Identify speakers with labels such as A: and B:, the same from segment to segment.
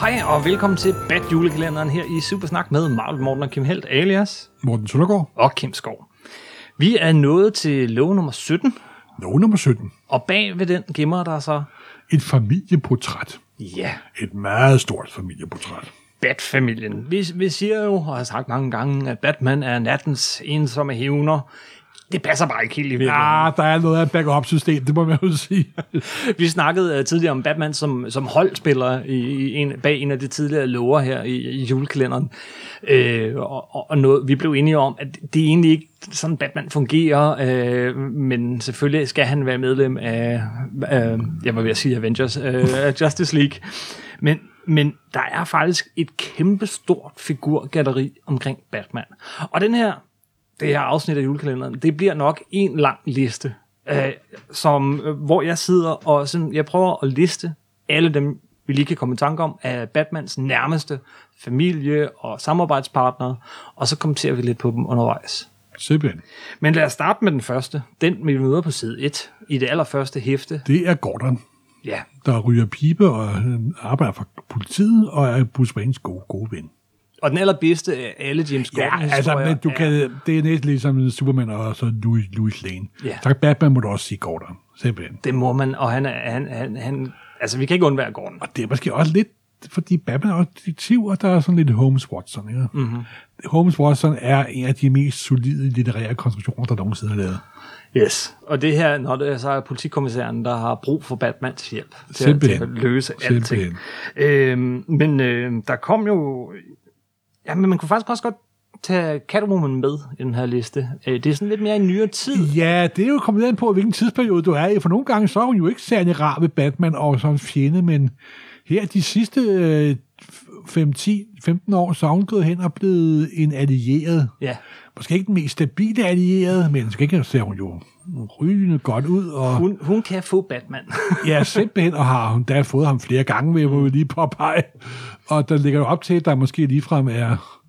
A: Hej og velkommen til Bad Julekalenderen her i Supersnak med Marvel Morten og Kim Helt alias
B: Morten Søndergaard,
A: og Kim Skov. Vi er nået til lov nummer 17,
B: lov nummer 17.
A: og bag ved den gemmer der sig,
B: Et familieportræt.
A: ja,
B: Et meget stort familieportræt.
A: Bat-familien. Vi, vi siger jo, og har sagt mange gange, at Batman er nattens ensomme hævner. Det passer bare ikke helt i virkeligheden.
B: Ja, der er noget af et backup-system, det må man jo sige.
A: Vi snakkede uh, tidligere om Batman som, som holdspiller i, i en, bag en af de tidligere lover her i, i julekalenderen. Øh, og, og- og noget, vi blev enige om, at det er egentlig ikke sådan, Batman fungerer, øh, men selvfølgelig skal han være medlem af, øh, jeg var ved at sige Avengers, øh, af Justice League. Men, men der er faktisk et kæmpe stort figurgalleri omkring Batman. Og den her det her afsnit af julekalenderen, det bliver nok en lang liste, øh, som, øh, hvor jeg sidder og sådan, jeg prøver at liste alle dem, vi lige kan komme i tanke om, af Batmans nærmeste familie og samarbejdspartnere, og så kommenterer vi lidt på dem undervejs.
B: Simpelthen.
A: Men lad os starte med den første, den vi møder på side 1, i det allerførste hæfte.
B: Det er Gordon,
A: Ja,
B: der ryger pibe og øh, arbejder for politiet og er Busbanes gode, gode ven.
A: og den allerbedste af alle James
B: Ja,
A: Gordon
B: altså, men du kan, det er næsten ligesom Superman og så Louis, Louis Lane.
A: Ja.
B: Tak, Batman må du også sige Gordon. Simpelthen.
A: Det må man, og han, er- han, han, han, altså vi kan ikke undvære Gordon.
B: Og det er måske også lidt, fordi Batman er også detektiv, og der er sådan lidt Holmes Watson. Ikke? Mm-hmm. Holmes Watson er en af de mest solide litterære konstruktioner, der nogensinde er lavet.
A: Yes. Og det her, når det er så er politikommissæren, der har brug for Batmans hjælp til, at, til
B: Simpelthen.
A: at løse alting.
B: Simpelthen.
A: Øhm, men øh, der kom jo... Ja, men man kunne faktisk også godt tage Catwoman med i den her liste. Øh, det er sådan lidt mere i nyere tid.
B: Ja, det er jo kommet an på, hvilken tidsperiode du er i, for nogle gange så er hun jo ikke særlig rar ved Batman og som fjende, men her de sidste øh, 5, 10, 15 år, så er hun gået hen og blevet en allieret.
A: Ja.
B: Måske ikke den mest stabile allierede, men skal ikke ser hun jo rygende godt ud, og
A: Hun, hun kan få Batman.
B: ja, simpelthen, og har hun da fået ham flere gange, vil jeg må lige påpege. Og der ligger jo op til, at der måske ligefrem er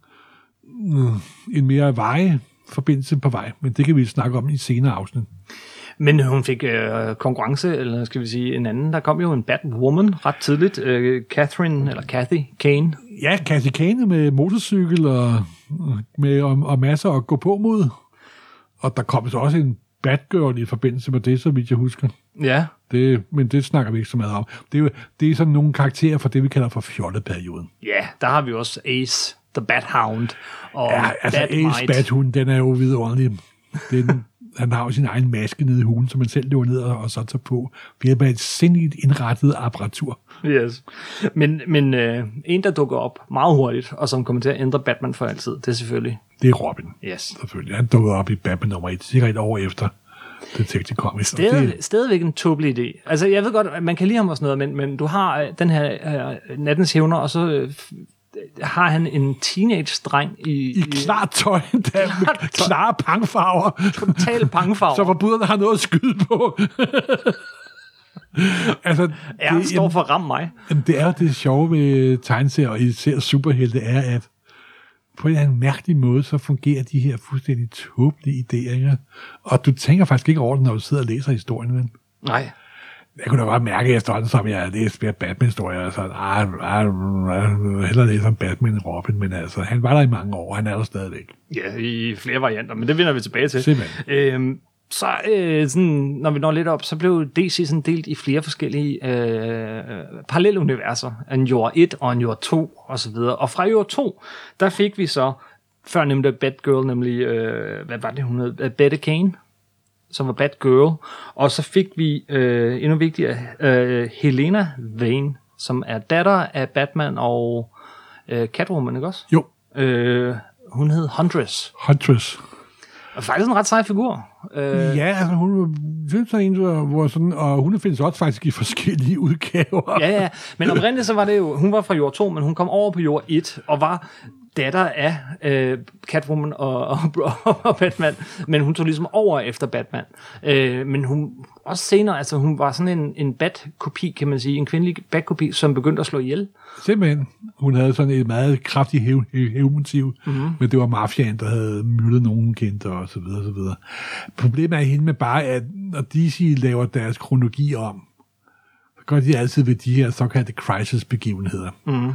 B: mm, en mere veje forbindelse på vej, men det kan vi snakke om i et senere afsnit.
A: men hun fik øh, konkurrence, eller skal vi sige en anden. Der kom jo en Batwoman ret tidligt. Øh, Catherine, eller Kathy Kane.
B: Ja, kasikane med motorcykel og, med, og, og masser at gå på mod. Og der kom så også en Batgirl i forbindelse med det, så vidt jeg husker.
A: Ja.
B: Det, men det snakker vi ikke så meget om. Det er, jo- det er sådan nogle karakterer fra det, vi kalder for fjolleperioden.
A: Ja, der har vi også Ace, The Bathound. Og
B: Ja, altså Ace
A: Batmite.
B: Bathund, den er jo vidunderlig. Den, han har jo sin egen maske nede i hulen, som han selv løber ned og, og så tager på. Vi har bare et sindigt indrettet apparatur.
A: Yes. Men, men øh, en, der dukker op meget hurtigt, og som kommer til at ændre Batman for altid, det er selvfølgelig
B: Det er Robin,
A: yes.
B: selvfølgelig. Han dukkede op i Batman nummer 1, cirka et år efter Detective Comics. og det-
A: Stadig, stadigvæk en tåbelig idé. Altså, jeg ved godt, at man kan lide ham og sådan noget, men, men du har øh, den her øh, nattens hævner, og så øh, f- har han en teenage-dreng i,
B: i klart tøj, der er med
A: tøj.
B: klare pangfarver,
A: total pangefarve.
B: så forbryderne har noget at skyde på. altså,
A: ja,
B: det,
A: står for ram mig.
B: jamen, det er jo det sjove med tegneserier, og især superhelte, er, at på en eller anden mærkelig måde, så fungerer de her fuldstændig tåbelige idéer. ikke? Og du tænker faktisk ikke over det, når du sidder og læser historien, men
A: Nej.
B: jeg kunne da godt mærke, at jeg stod som jeg læste mere Batman-historier, og så ah, ah, ah, hellere læse om Batman end Robin, men altså, han var der i mange år, og han er der stadigvæk.
A: Ja, i flere varianter, men det vender vi tilbage til.
B: Simpelthen.
A: Øhm, så øh, sådan, når vi når lidt op, så blev DC sådan delt i flere forskellige øh, parallelle universer. En jord 1 og en jord 2 og så videre. Og fra jord 2, der fik vi så før nemlig Batgirl, nemlig, øh, hvad var det hun hed? Øh, Bette Kane, som var Batgirl. Og så fik vi, øh, endnu vigtigere, øh, Helena Vane, som er datter af Batman og øh, Catwoman, ikke også?
B: Jo,
A: Øh, hun hed Huntress.
B: Huntress.
A: Og faktisk en ret sej figur. Øh,
B: Ja, altså hun synes sådan en, hvor- hvor sådan, og hun findes også faktisk i forskellige udgaver.
A: ja, ja. Men oprindeligt så var det jo, hun var fra jord 2, men hun kom over på jord 1 og var datter af øh, Catwoman og, og, og Batman. Men hun tog ligesom over efter Batman. Øh, men hun, også senere, altså hun var sådan en, en Bat-kopi, kan man sige. En kvindelig Bat-kopi, som begyndte at slå ihjel.
B: Simpelthen. Hun havde sådan et meget kraftigt hæv- hæv- hævmotiv, mm-hmm. men det var mafiaen, der havde myldet nogen kendte og så videre, så videre. Problemet er hende med bare, at når DC laver deres kronologi om, godt lide altid ved de her såkaldte crisis-begivenheder. Mm.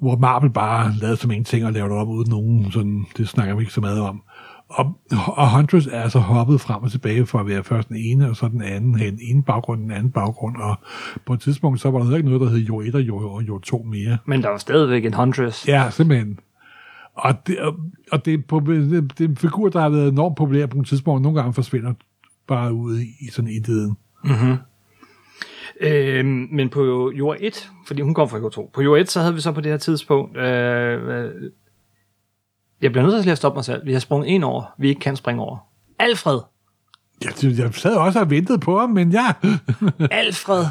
B: Hvor Marvel bare lavede som en ting og lavede det op uden nogen, sådan, det snakker vi ikke så meget om. Og, og Huntress er altså hoppet frem og tilbage for at være først den ene, og så den anden, havde den ene baggrund, den anden baggrund, og på et tidspunkt, så var der heller ikke noget, der hed jo 1 og jo, jo 2 mere.
A: Men der var stadigvæk en Huntress.
B: Ja, simpelthen. Og det, og- og det, er på- det er en figur, der har været enormt populær på et tidspunkt, og nogle gange forsvinder bare ud i, i sådan intetheden.
A: Øhm, men på jord 1, fordi hun kom fra jord 2, på jord 1, så havde vi så på det her tidspunkt, øh, øh, jeg bliver nødt til lige at stoppe mig selv, vi har sprunget en over, vi ikke kan springe over. Alfred!
B: Jeg, synes, jeg sad også og ventede på ham, men ja,
A: Alfred!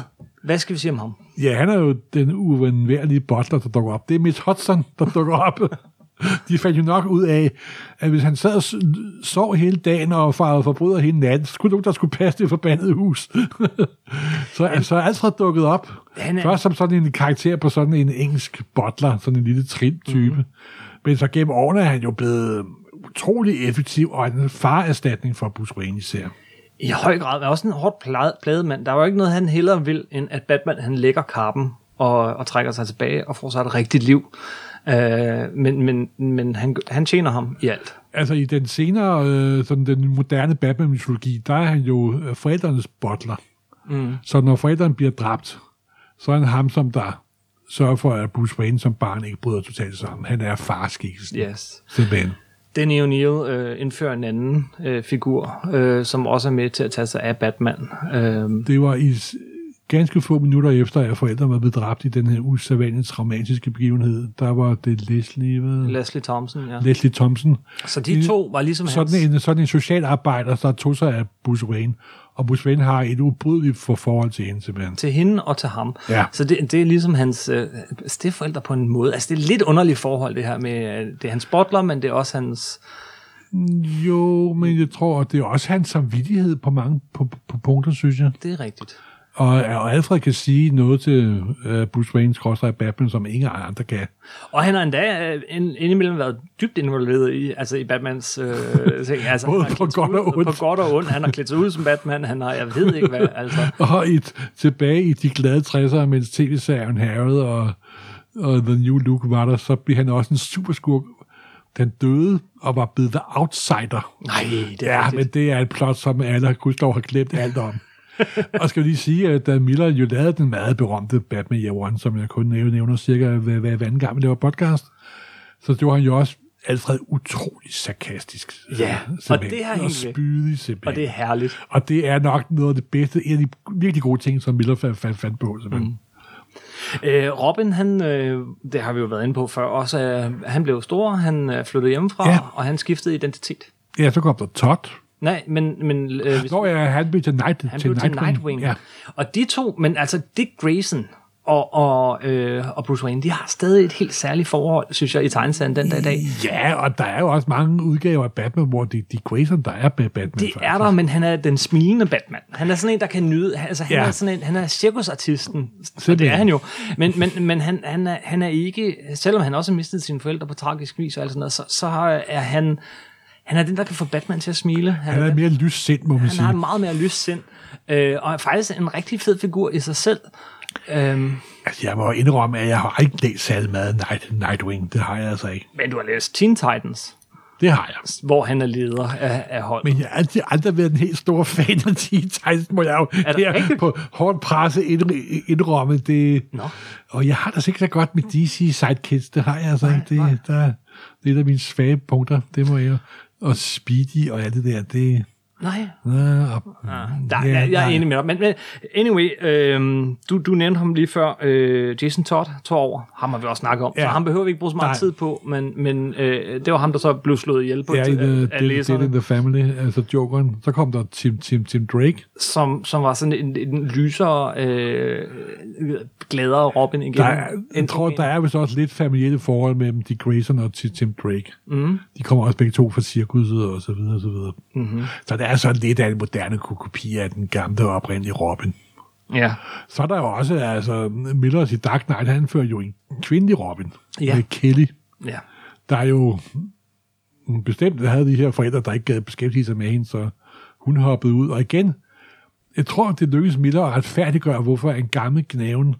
A: Hvad skal vi sige om ham?
B: ja han er jo den uundværlige butler, der dukker op. Det er Miss Hudson, der dukker op. De fandt jo nok ud af, at hvis han sad og s- sov hele dagen og farvede forbryder hele natten, så skulle nogen, der skulle passe det forbandede hus. så, så er Alfred dukket op.
A: Han er-
B: Først som sådan en karakter på sådan en engelsk butler, sådan en lille trin type.
A: Mhm.
B: Mm-hmm. Men så gennem årene er han jo blevet utrolig effektiv, og en farerstatning for Bruce Wayne især.
A: I høj grad, men også en hårdt plaget, plaget mand. Der var jo ikke noget, han hellere vil, end at Batman han lægger kappen og, og trækker sig tilbage og får sig et rigtigt liv. Øh, men men, men han, han tjener ham i alt.
B: Altså i den senere, øh, sådan den moderne Batman-mytologi, der er han jo øh, forældrenes butler. Mm. Så når forældrene bliver dræbt, så er han ham, som der sørger for, at Bruce Wayne som barn ikke bryder totalt sammen. Han er farskikkelsen.
A: Yes.
B: Simpelthen.
A: Danny O'Neill øh, indfører en anden øh, figur, øh, som også er med til at tage sig af Batman. Øh,
B: Det var i s- ganske få minutter efter, at forældrene var blevet dræbt i den her usædvanligt traumatiske begivenhed. Der var det Leslie, hvad?
A: Leslie Thompson, ja.
B: Leslie Thompson.
A: Så de to var ligesom hans.
B: Sådan en, sådan en socialarbejder, der tog sig af Bruce Wayne. Og Bruce Wayne har et ubrydeligt for forhold til hende, simpelthen.
A: til hende og til ham.
B: Ja.
A: Så det, det er ligesom hans øh, stedforældre på en måde. Altså, det er et lidt underligt forhold, det her med, øh, det er hans bottler, men det er også hans...
B: Jo, men jeg tror, at det er også hans samvittighed på mange på, på punkter, synes jeg.
A: Det er rigtigt.
B: Og, og Alfred kan sige noget til uh, Bruce Wayne skorstræk Batman, som ingen andre kan.
A: Og han har endda øh, ind- indimellem været dybt involveret i, altså i Batmans øh, ting. Altså,
B: Både
A: han har
B: på
A: klædt
B: godt
A: sig ud-
B: og ondt.
A: På godt og ondt. Han har klædt sig ud som Batman. Han har, jeg ved ikke hvad, altså.
B: Og et, tilbage i de glade 60'ere, mens tv-serien Harrod og, og The New Look var der, så blev han også en superskurk. Den døde og var blevet The Outsider.
A: Nej, det er
B: Ja,
A: rigtigt.
B: men det er et plot, som alle gudslov har glemt alt om. og skal vi lige sige, at da Miller jo lavede den meget berømte Batman Year One, som jeg kun næv- nævner cirka hver, hver anden gang, vi laver podcast, så gjorde han jo også Alfred utrolig sarkastisk.
A: Ja,
B: øh,
A: og
B: simpelthen.
A: det har
B: Og
A: hængt ved.
B: spydig
A: Og
B: simpelthen.
A: det er herligt.
B: Og det er nok noget af det bedste, en af de virkelig gode ting, som Miller fandt, fandt, fandt på. Simpelthen. Mm.
A: Øh, Robin, han, øh, det har vi jo været inde på før, også, øh, han blev stor, han øh, flyttede hjemmefra,
B: Ja.
A: og han skiftede identitet.
B: Ja, så kom der Todd.
A: Nej, men, men øh, hvis,
B: Nå ja, han blev til, Night,
A: han blev til Nightwing.
B: Ja.
A: Og de to, men altså Dick Grayson og, og, øh, og Bruce Wayne, de har stadig et helt særligt forhold, synes jeg, i tegneserien den dag i dag.
B: ja, og der er jo også mange udgaver af Batman, hvor det er de Grayson, der er Batman.
A: Det
B: faktisk.
A: er der, men han er den smilende Batman. Han er sådan en, der kan nyde. Altså, han
B: Ja.
A: er sådan en, han er cirkusartisten. Og det er
B: Simpelthen.
A: han jo. Men, men, men han, han, er, han er ikke, selvom han også har mistet sine forældre på tragisk vis og alt sådan noget, så, så er han, han er den, der kan få Batman til at smile. Han,
B: Han er mere lyst sind, må man
A: han har et
B: sige.
A: meget mere lyst sind. Øh, og er faktisk en rigtig fed figur i sig selv. Øhm,
B: Altså, jeg må indrømme, at jeg har ikke læst særlig meget Night, Nightwing. Det har jeg altså ikke.
A: men du har læst Teen Titans,
B: Det har jeg.
A: hvor han er leder af, af holdet.
B: Men jeg har altid aldrig været en helt stor fan af Teen Titans, må jeg jo
A: Er det rigtigt?
B: på hårdt presse indr- indrømme. Det.
A: Nå.
B: Og jeg har det altså ikke så godt med DC sidekicks. Det har jeg altså ikke. Det, der, det er et af mine svage punkter. Det må jeg Og Speedy og alt det der. Det,
A: Nej,
B: øh, og,
A: Ah, Der,
B: Ja,
A: ja, jeg, jeg er
B: nej.
A: enig med dig. Men, men anyway, øh, du, du nævnte ham lige før. Øh, Jason Todd tog over. Ham har vi også snakket om. Ja.
B: Ja.
A: Så ham behøver vi ikke bruge så meget
B: Nej.
A: tid på. Men, men øh, det var ham, der så blev slået ihjel på øh,
B: Ja,
A: ja,
B: i
A: af,
B: the,
A: af
B: Dead, Dead
A: læserne.
B: in the Family, altså Jokeren. Så kom der Tim, Tim, Tim Drake,
A: Som, som var sådan en, en lysere, øh, gladere Robin igen.
B: Der er, jeg tror, der er vist også lidt familielle forhold mellem de Grayson og Ti- Tim Drake. Mm. De kommer også begge to fra cirkuset og så videre og så videre. Mm-hmm. Så det er sådan lidt af en moderne ko- kopi af den gamle oprindelige Robin.
A: Ja.
B: Så er der jo også, altså, Millers i Dark Knight, han fører jo en kvindelig Robin
A: Ja.
B: med Kelly.
A: ja.
B: Der er jo hun bestemt havde de her forældre, der ikke gad beskæftige sig med hende, så hun hoppede ud. Og igen, Jeg tror, det lykkedes Miller at retfærdiggøre, hvorfor en gammel gnaven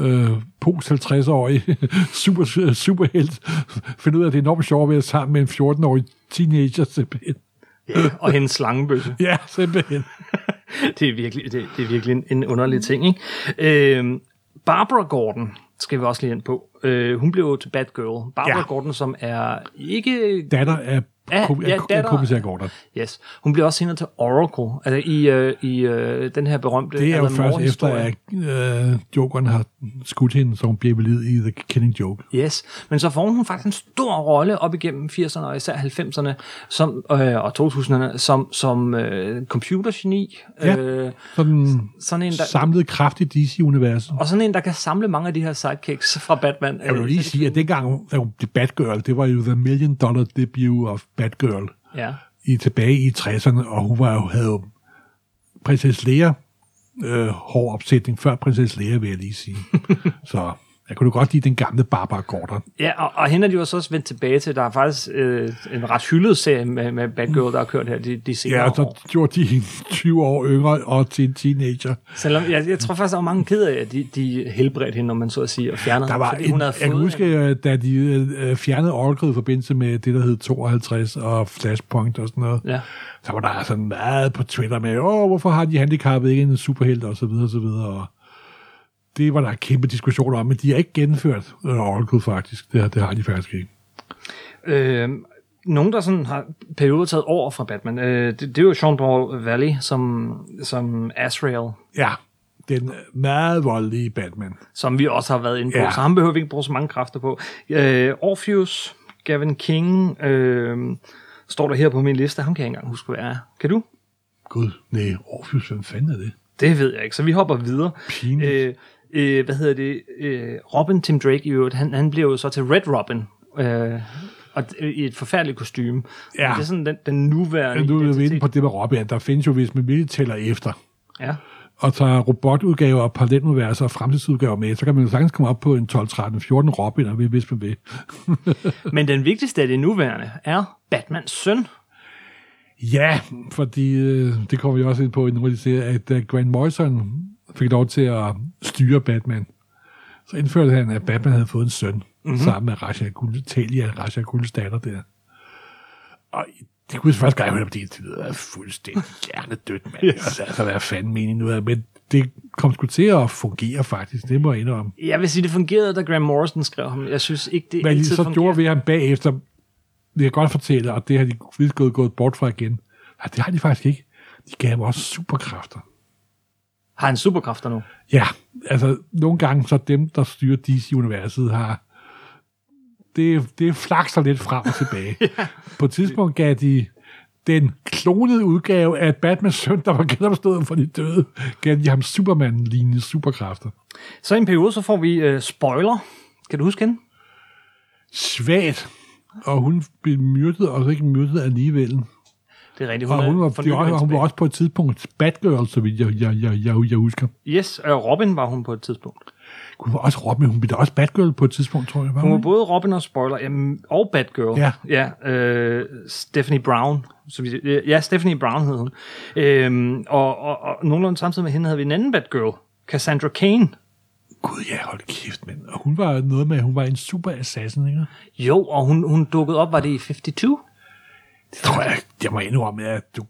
B: øh, post 50-årig super, superhelt finder ud af, at det er enormt sjovt at være sammen med en 14-årig teenager simpelthen.
A: Ja, og hendes slangebøsse.
B: Ja, simpelthen.
A: det, er virkelig, det, det er virkelig en, en underlig ting. Ikke? Øh, Barbara Gordon skal vi også lige ind på. Øh, hun blev jo til Batgirl. Barbara
B: Ja.
A: ja. Gordon, som er ikke...
B: Datter af,
A: Ja,
B: kom,
A: ja,
B: af, af
A: datter-
B: kommissær Gordon.
A: Yes. Hun blev også senere til Oracle, altså i, øh, i øh, den her berømte
B: Det er jo
A: Alan
B: først efter,
A: Moore-historie.
B: at øh, Jokeren har skudt hende, så hun bliver belidt i The Killing Joke.
A: Yes, men så får hun faktisk en stor rolle op igennem 80'erne og især 90'erne som, øh, og 2000'erne som, som øh, computergeni.
B: Ja.
A: Øh,
B: Sådan
A: sådan en, der,
B: samlet kraft i DC-universet.
A: og sådan en, der kan samle mange af de her sidekicks fra Batman.
B: Jeg vil jo lige sige, at dengang hun- da hun blev Batgirl, det var jo The Million Dollar Debut of Batgirl
A: Ja.
B: i, tilbage i 60'erne, og hun var jo, havde jo prinsesse Leia øh, hård opsætning før prinsesse Leia, vil jeg lige sige. så jeg kunne jo godt lide den gamle Barbara Gordon.
A: Ja, og, og hende er de jo så også vendt tilbage til. Der er faktisk øh, en ret hyldet serie med, med Batgirl, der har kørt her de, de senere
B: Ja,
A: ja,
B: og så
A: år.
B: gjorde de hende 20 år yngre og til en teenager.
A: Selvom jeg, jeg tror faktisk, der var mange ked af, at de, de helbredte hende, når man så at sige, og fjernede
B: Der var
A: hende, fordi
B: en,
A: hun havde
B: jeg kan
A: fået
B: huske, øh, da de øh, fjernede Oracle i forbindelse med det, der hed 52 og Flashpoint og sådan noget.
A: Ja.
B: Så var der sådan meget på Twitter med, åh, hvorfor har de handicappede ikke en superhelt og så videre og så videre. Og det var der en kæmpe diskussion om, men de har ikke gennemført øh, Oracle faktisk. Det, har- det har de faktisk ikke.
A: Øh, nogen, der sådan har perioder taget over fra Batman, øh, det, det er jo Sean Paul Valley som, som Azrael,
B: Ja, den øh, meget voldelige Batman.
A: som vi også har været inde på,
B: Ja.
A: ja. så ham behøver vi ikke bruge så mange kræfter på. Øh, Orpheus, Gavin King, øh, står der her på min liste, ham kan jeg ikke engang huske, hvad er. Kan du?
B: Gud, nej, Orpheus, hvem fanden er det?
A: Det ved jeg ikke, så vi hopper videre.
B: Pinligt.
A: Øh, øh, hvad hedder det? Øh, Robin Tim Drake i øvrigt, han, han bliver jo så til Red Robin. Øh, og d- i et forfærdeligt kostume.
B: Ja.
A: Det er sådan den, den nuværende
B: Nu er vi inde
A: identitet.
B: på det med Robin. Der findes jo, hvis man virkelig tæller efter,
A: Ja.
B: og tager robotudgaver og paralleluniverser og fremtidsudgaver med, så kan man jo sagtens komme op på en 12, 13, 14 Robin, hvis man vil.
A: Men den vigtigste af det nuværende er Batmans søn.
B: Ja, fordi øh, det kommer vi også ind på i nogle af de serier, at da Grant Morrison fik lov til at styre Batman, så indførte han, at Batman havde fået en søn, mm-hmm. sammen med Raja Gul, Talia, Raja Guls datter der. Og det kunne jeg første gang, jeg hørte om det indtil videre, er fuldstændig hjernedødt, mand. yes. Altså, hvad fanden meningen nu er, men det kom sgu til at fungere faktisk, det må jeg indrømme.
A: Jeg vil sige, det fungerede, da Graham Morrison skrev ham. Jeg synes ikke, det
B: Hvad de
A: altid
B: så
A: fungerer.
B: gjorde ved ham bagefter, det kan jeg godt fortælle, og det har de vidt gået, gået bort fra igen. Nej, det har de faktisk ikke. De gav ham også superkræfter.
A: Har han superkræfter nu?
B: Ja, altså nogle gange så dem, der styrer DC-universet, har det, det flakser lidt frem og tilbage. ja. På et tidspunkt gav de den klonede udgave af Batmans søn, der var genopstået for de døde, gav de ham Superman-lignende superkræfter.
A: Så i en periode, så får vi uh, Spoiler. Kan du huske hende?
B: Svagt. Og hun blev myrdet, og så ikke myrdet alligevel.
A: Det er rigtigt.
B: Og
A: er
B: hun var,
A: for
B: det var,
A: nylig
B: også- hun var
A: tilbage.
B: også på et tidspunkt Batgirl, så vidt jeg, jeg, jeg, jeg, jeg husker.
A: Yes, og Robin var hun på et tidspunkt.
B: Hun var også Robin, hun blev da også Batgirl på et tidspunkt, tror jeg. Var
A: Hun var
B: hun?
A: både Robin og Spoiler, jamen, og Batgirl.
B: Mm. Ja.
A: ja øh, Stephanie Brown. Så vi, øh, ja, Stephanie Brown hed hun. Øhm, og, og, og nogenlunde samtidig med hende havde vi en anden Batgirl, Cassandra Cain.
B: Gud, ja, hold kæft, mand. Og hun var noget med, at hun var en super assassin, ikke?
A: Jo, og hun, hun dukkede op, var det i 52?
B: Det tror jeg, jeg må indrømme, at du,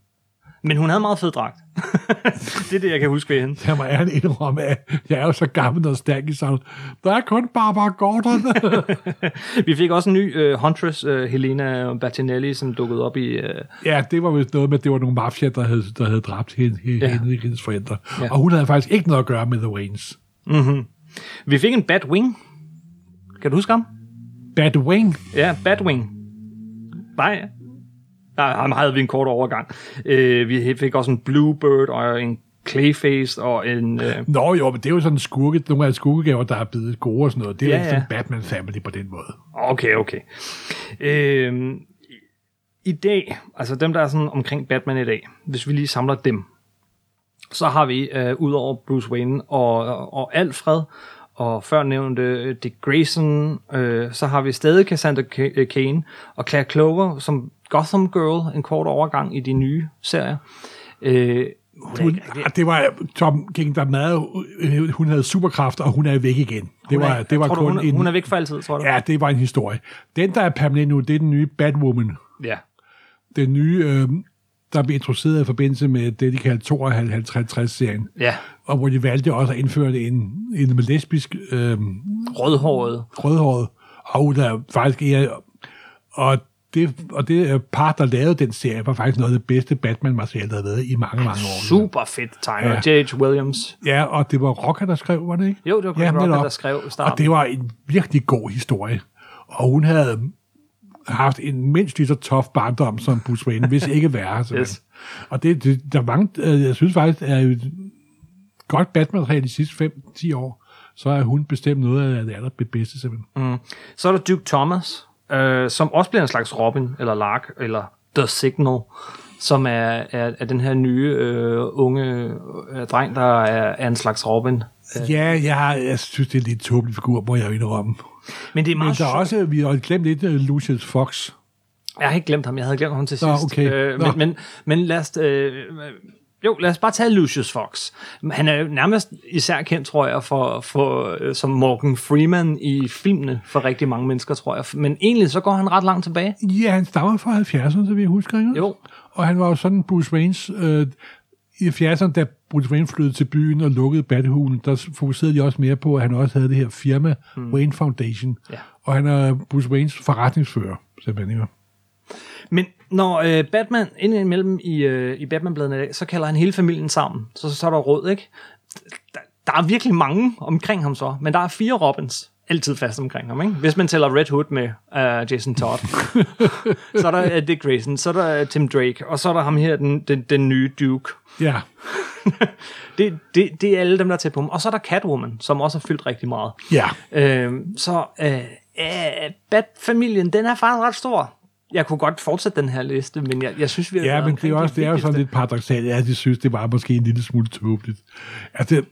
A: Men hun havde meget fed dragt. det er det, jeg kan huske ved hende.
B: jeg må ærligt indrømme, at jeg er jo så gammel og stærk i sådan. Der er kun Barbara Gordon.
A: Vi fik også en ny øh, Huntress, øh, Helena Bertinelli, som dukkede op i... Øh,
B: ja, det var vist noget med, at det var nogle mafia, der havde, der havde dræbt hende, hende,
A: Ja.
B: hende, hendes forældre.
A: Ja.
B: Og hun havde faktisk ikke noget at gøre med The Waynes.
A: vi fik en Batwing. Kan du huske ham?
B: Batwing,
A: Ja, Batwing. Nej. Nej, ham havde vi en kort overgang. Øh, vi fik også en Bluebird og en Clayface og en... Øh,
B: Nå jo, men det er jo sådan skurke, nogle af skurkegaver, der er blevet gode og sådan noget. Det er ja,
A: Ja,
B: ikke sådan
A: ja.
B: Batman Family på den måde.
A: okay, okay. Øh, I dag, altså dem, der er sådan omkring Batman i dag, hvis vi lige samler dem, så har vi øh, udover Bruce Wayne og, og Alfred, og førnævnte øh, Dick Grayson, øh, så har vi stadig Cassandra Ca- øh, Cain og Claire Clover som Gotham Girl, en kort overgang i de nye serier. Øh,
B: Hun, ah, det var Tom King, der meget, øh, hun havde superkræfter, og hun er væk igen. Det var, det var
A: tror
B: kun
A: du, hun,
B: en,
A: hun er væk for altid, tror du?
B: Ja, det var en historie. Den, der er permanent nu, det er den nye Batwoman.
A: ja.
B: Den nye, øh, der blev introduceret i forbindelse med det, de kaldte 52-50-serien.
A: ja.
B: Og hvor de valgte også at indføre en, en lesbisk øh,
A: Rødhåret.
B: rødhåret, og der faktisk er... Og det, og det øh, par, der lavede den serie, var faktisk noget af det bedste Batman-materiale, der havde været i mange, mange år.
A: Super fedt tegner. Ja. J.H. Williams.
B: Ja, og det var Rocker, der skrev, var det ikke?
A: Jo, det var
B: ja,
A: Rocker,
B: netop.
A: der skrev i starten.
B: Og det var en virkelig god historie. Og hun havde haft en mindst lige så tof barndom som Bruce Wayne, hvis ikke værre. yes. Og det, det, der er mange, øh, jeg synes faktisk, er jo et godt batman de sidste 5-10 år, så er hun bestemt noget af det allerbedste simpelthen. Mm.
A: Så er der Duke Thomas, øh, som også bliver en slags Robin, eller Lark, eller The Signal, som er, er, er den her nye øh, unge øh, dreng, der er, er en slags Robin.
B: Ja, jeg, har- jeg synes, det er en lidt tåbelig figur, må jeg jo indrømme.
A: Men det er
B: Men
A: meget
B: der er
A: sjovt.
B: også, vi har glemt lidt øh, Lucius Fox.
A: Jeg har ikke glemt ham, jeg havde glemt ham til sidst.
B: Nå, okay.
A: øh,
B: Nå.
A: men, men, men lad os... Øh, jo, lad os bare tage Lucius Fox. Han er jo nærmest især kendt, tror jeg, for, for, øh, som Morgan Freeman i filmene for rigtig mange mennesker, tror jeg. Men egentlig så går han ret langt tilbage.
B: Ja, han stammer fra 70'erne, så vi husker, ikke?
A: Jo.
B: Og han var jo sådan Bruce Waynes... Øh, I 70'erne, da Bruce Wayne flyttede til byen og lukkede Bathulen, der s- fokuserede de også mere på, at han også havde det her firma, mm. Wayne Foundation.
A: Ja.
B: Og han er Bruce Waynes forretningsfører, simpelthen. Ikke?
A: Men når øh, Batman indimellem i, øh, i Batman-bladene i dag, så kalder han hele familien sammen. Så, så er der råd, ikke? Der, der er virkelig mange omkring ham så, men der er fire Robins altid fast omkring ham, ikke? Hvis man tæller Red Hood med øh, Jason Todd. så er der øh, Dick Grayson, så er der øh, Tim Drake, og så er der ham her, den, den, den nye Duke.
B: Ja.
A: det, det, det er alle dem, der er tæt på ham. Og så er der Catwoman, som også har fyldt rigtig meget.
B: Ja.
A: Øh, så øh, øh, Bat-familien, den er faktisk ret stor. Jeg kunne godt fortsætte den her liste, men jeg, jeg synes, vi har
B: Ja,
A: været
B: men det er,
A: omkring
B: også, det er jo sådan
A: vigtigste.
B: lidt paradoxalt, at de synes, det var måske en lille smule tåbeligt. Altså, det-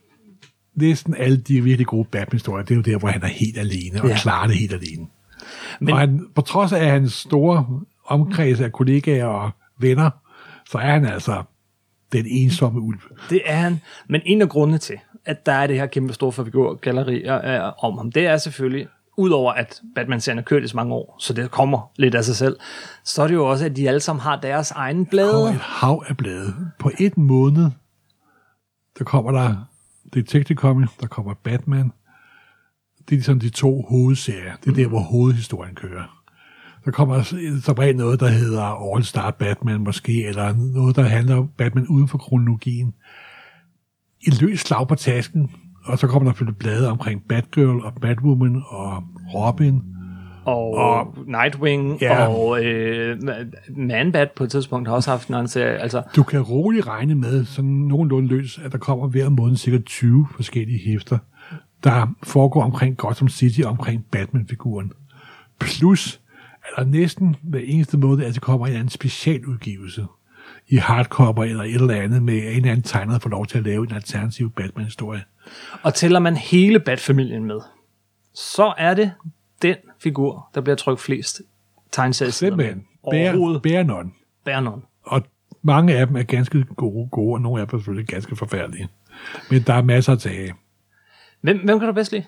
B: næsten alle de virkelig gode Batman-historier, det er jo der, hvor han er helt alene, og
A: Ja.
B: ja. klarer det helt alene.
A: Men-
B: Men, og han, på trods af hans store omkreds af kollegaer og venner, så er han altså den ensomme ulv.
A: Det er han. Men en af grundene til, at der er det her kæmpe store figurgalleri øh, om ham, det er selvfølgelig, udover at Batman-serien har kørt i så mange år, så det kommer lidt af sig selv, så er det jo også, at de alle sammen har deres egen blade.
B: Og et hav af blade. På et måned, der kommer der Detective Comics, der kommer Batman. Det er ligesom de to hovedserier. Det er der, hvor hovedhistorien kører. Der kommer som regel noget, der hedder All Star Batman måske, eller noget, der handler om Batman uden for kronologien. Et løs slag på tasken, og så kommer der fyldt blade omkring Batgirl og Batwoman og Robin.
A: og, og Nightwing
B: Ja.
A: og øh, Manbat på et tidspunkt har også haft en anden serie. Altså,
B: Du kan roligt regne med, sådan nogenlunde løs, at der kommer hver måned cirka 20 forskellige hæfter, der foregår omkring Gotham City, omkring Batman-figuren. Plus, at der næsten hver eneste måned, at der kommer en eller anden specialudgivelse i hardcover eller et eller andet, med en eller anden tegner, der får lov til at lave en alternativ Batman-historie.
A: og tæller man hele Bat-familien med, så er det den figur, der bliver trykt flest tegneseriesider med.
B: Simpelthen. Bear,
A: Overhovedet.
B: bear none.
A: Bannon.
B: Og mange af dem er ganske gode, gode, og nogle af dem er selvfølgelig ganske forfærdelige. Men der er masser at tage af.
A: Hvem, hvem kan du bedst lide?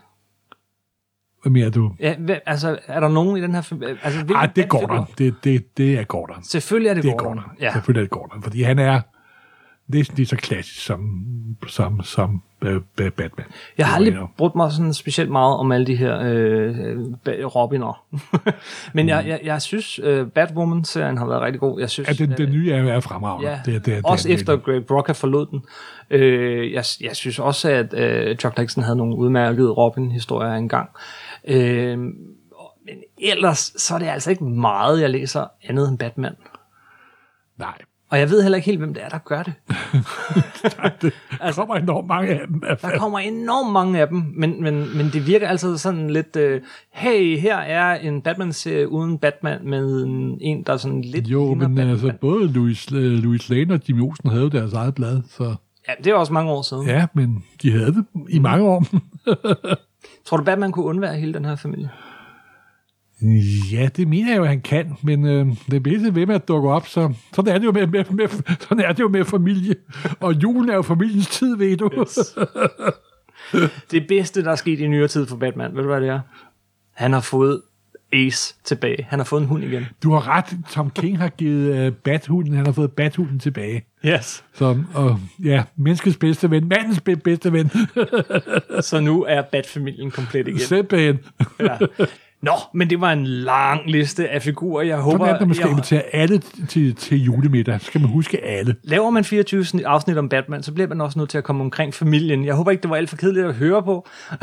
B: Hvad mere du?
A: Ja, hvem, altså, er der nogen i den her... fam- Altså, hvilken
B: Ej, Ah, det går
A: Bat-figur?
B: der. Det, det, det er Gordon.
A: Selvfølgelig er det,
B: det er
A: Gordon.
B: Gordon. Ja.
A: Ja.
B: Selvfølgelig er det Gordon, fordi han er næsten lige så klassisk som, som, som øh, øh, Batman.
A: Jeg har
B: Det
A: aldrig
B: var en af-
A: brugt mig sådan specielt meget om alle de her øh, ba- Robiner. Men jeg, jeg, jeg synes, øh, Batwoman-serien har været rigtig god. Jeg synes,
B: Mm. Ja, den, den nye er, er fremragende.
A: ja,
B: det, det, det,
A: også
B: det,
A: efter Greg Brock har forlod den. Øh, jeg, jeg synes også, at øh, Chuck Dixon havde nogle udmærkede Robin-historier engang. Øh, og- men ellers, så er det altså ikke meget, jeg læser andet end Batman.
B: Nej,
A: Og jeg ved heller ikke helt, hvem det er, der gør det.
B: der kommer enormt mange af dem. i hvert fald.
A: Der kommer enormt mange af dem, men, men, men det virker altid sådan lidt, øh, hey, her er en Batman-serie uden Batman, med en, en der sådan lidt
B: Jo,
A: ligner
B: men
A: Batman.
B: altså, både Louis, øh, Louis Lane og Jimmy Olsen havde jo deres eget blad, så
A: Ja, det er også mange år siden. Ja.
B: ja, men de havde det i mange år.
A: Tror du, Batman kunne undvære hele den her familie?
B: Ja, det mener jeg jo, at han kan, men øh, det bedste ved med at dukke op, så sådan er det jo med, med, med, sådan er det jo med familie. Og julen er jo familiens tid, ved du. Yes.
A: Det bedste, der er sket i nyere tid for Batman, ved du hvad det er? Han har fået Ace tilbage. Han har fået en hund igen.
B: Du har ret, Tom King har givet øh, bathunden, han har fået bathunden tilbage.
A: Yes.
B: Så, og, ja, menneskets bedste ven, mandens be- bedste ven,
A: Så nu er Batfamilien komplet igen.
B: Sætbanen.
A: Ja. Nå, men det var en lang liste af figurer. Jeg håber,
B: Sådan er det, når man skal
A: jeg,
B: invitere alle til, til julemiddag. Så skal man huske alle.
A: laver man 24 sn- afsnit om Batman, så bliver man også nødt til at komme omkring familien. Jeg håber ikke, det var alt for kedeligt at høre på.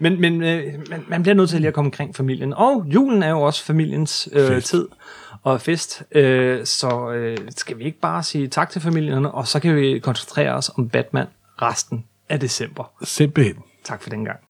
A: men men øh, man, man bliver nødt til lige at komme omkring familien. Og julen er jo også familiens øh,
B: Fest.
A: tid og fest. Øh, så øh, skal vi ikke bare sige tak til familierne, og så kan vi koncentrere os om Batman resten af december.
B: Simpelthen.
A: Tak for den gang.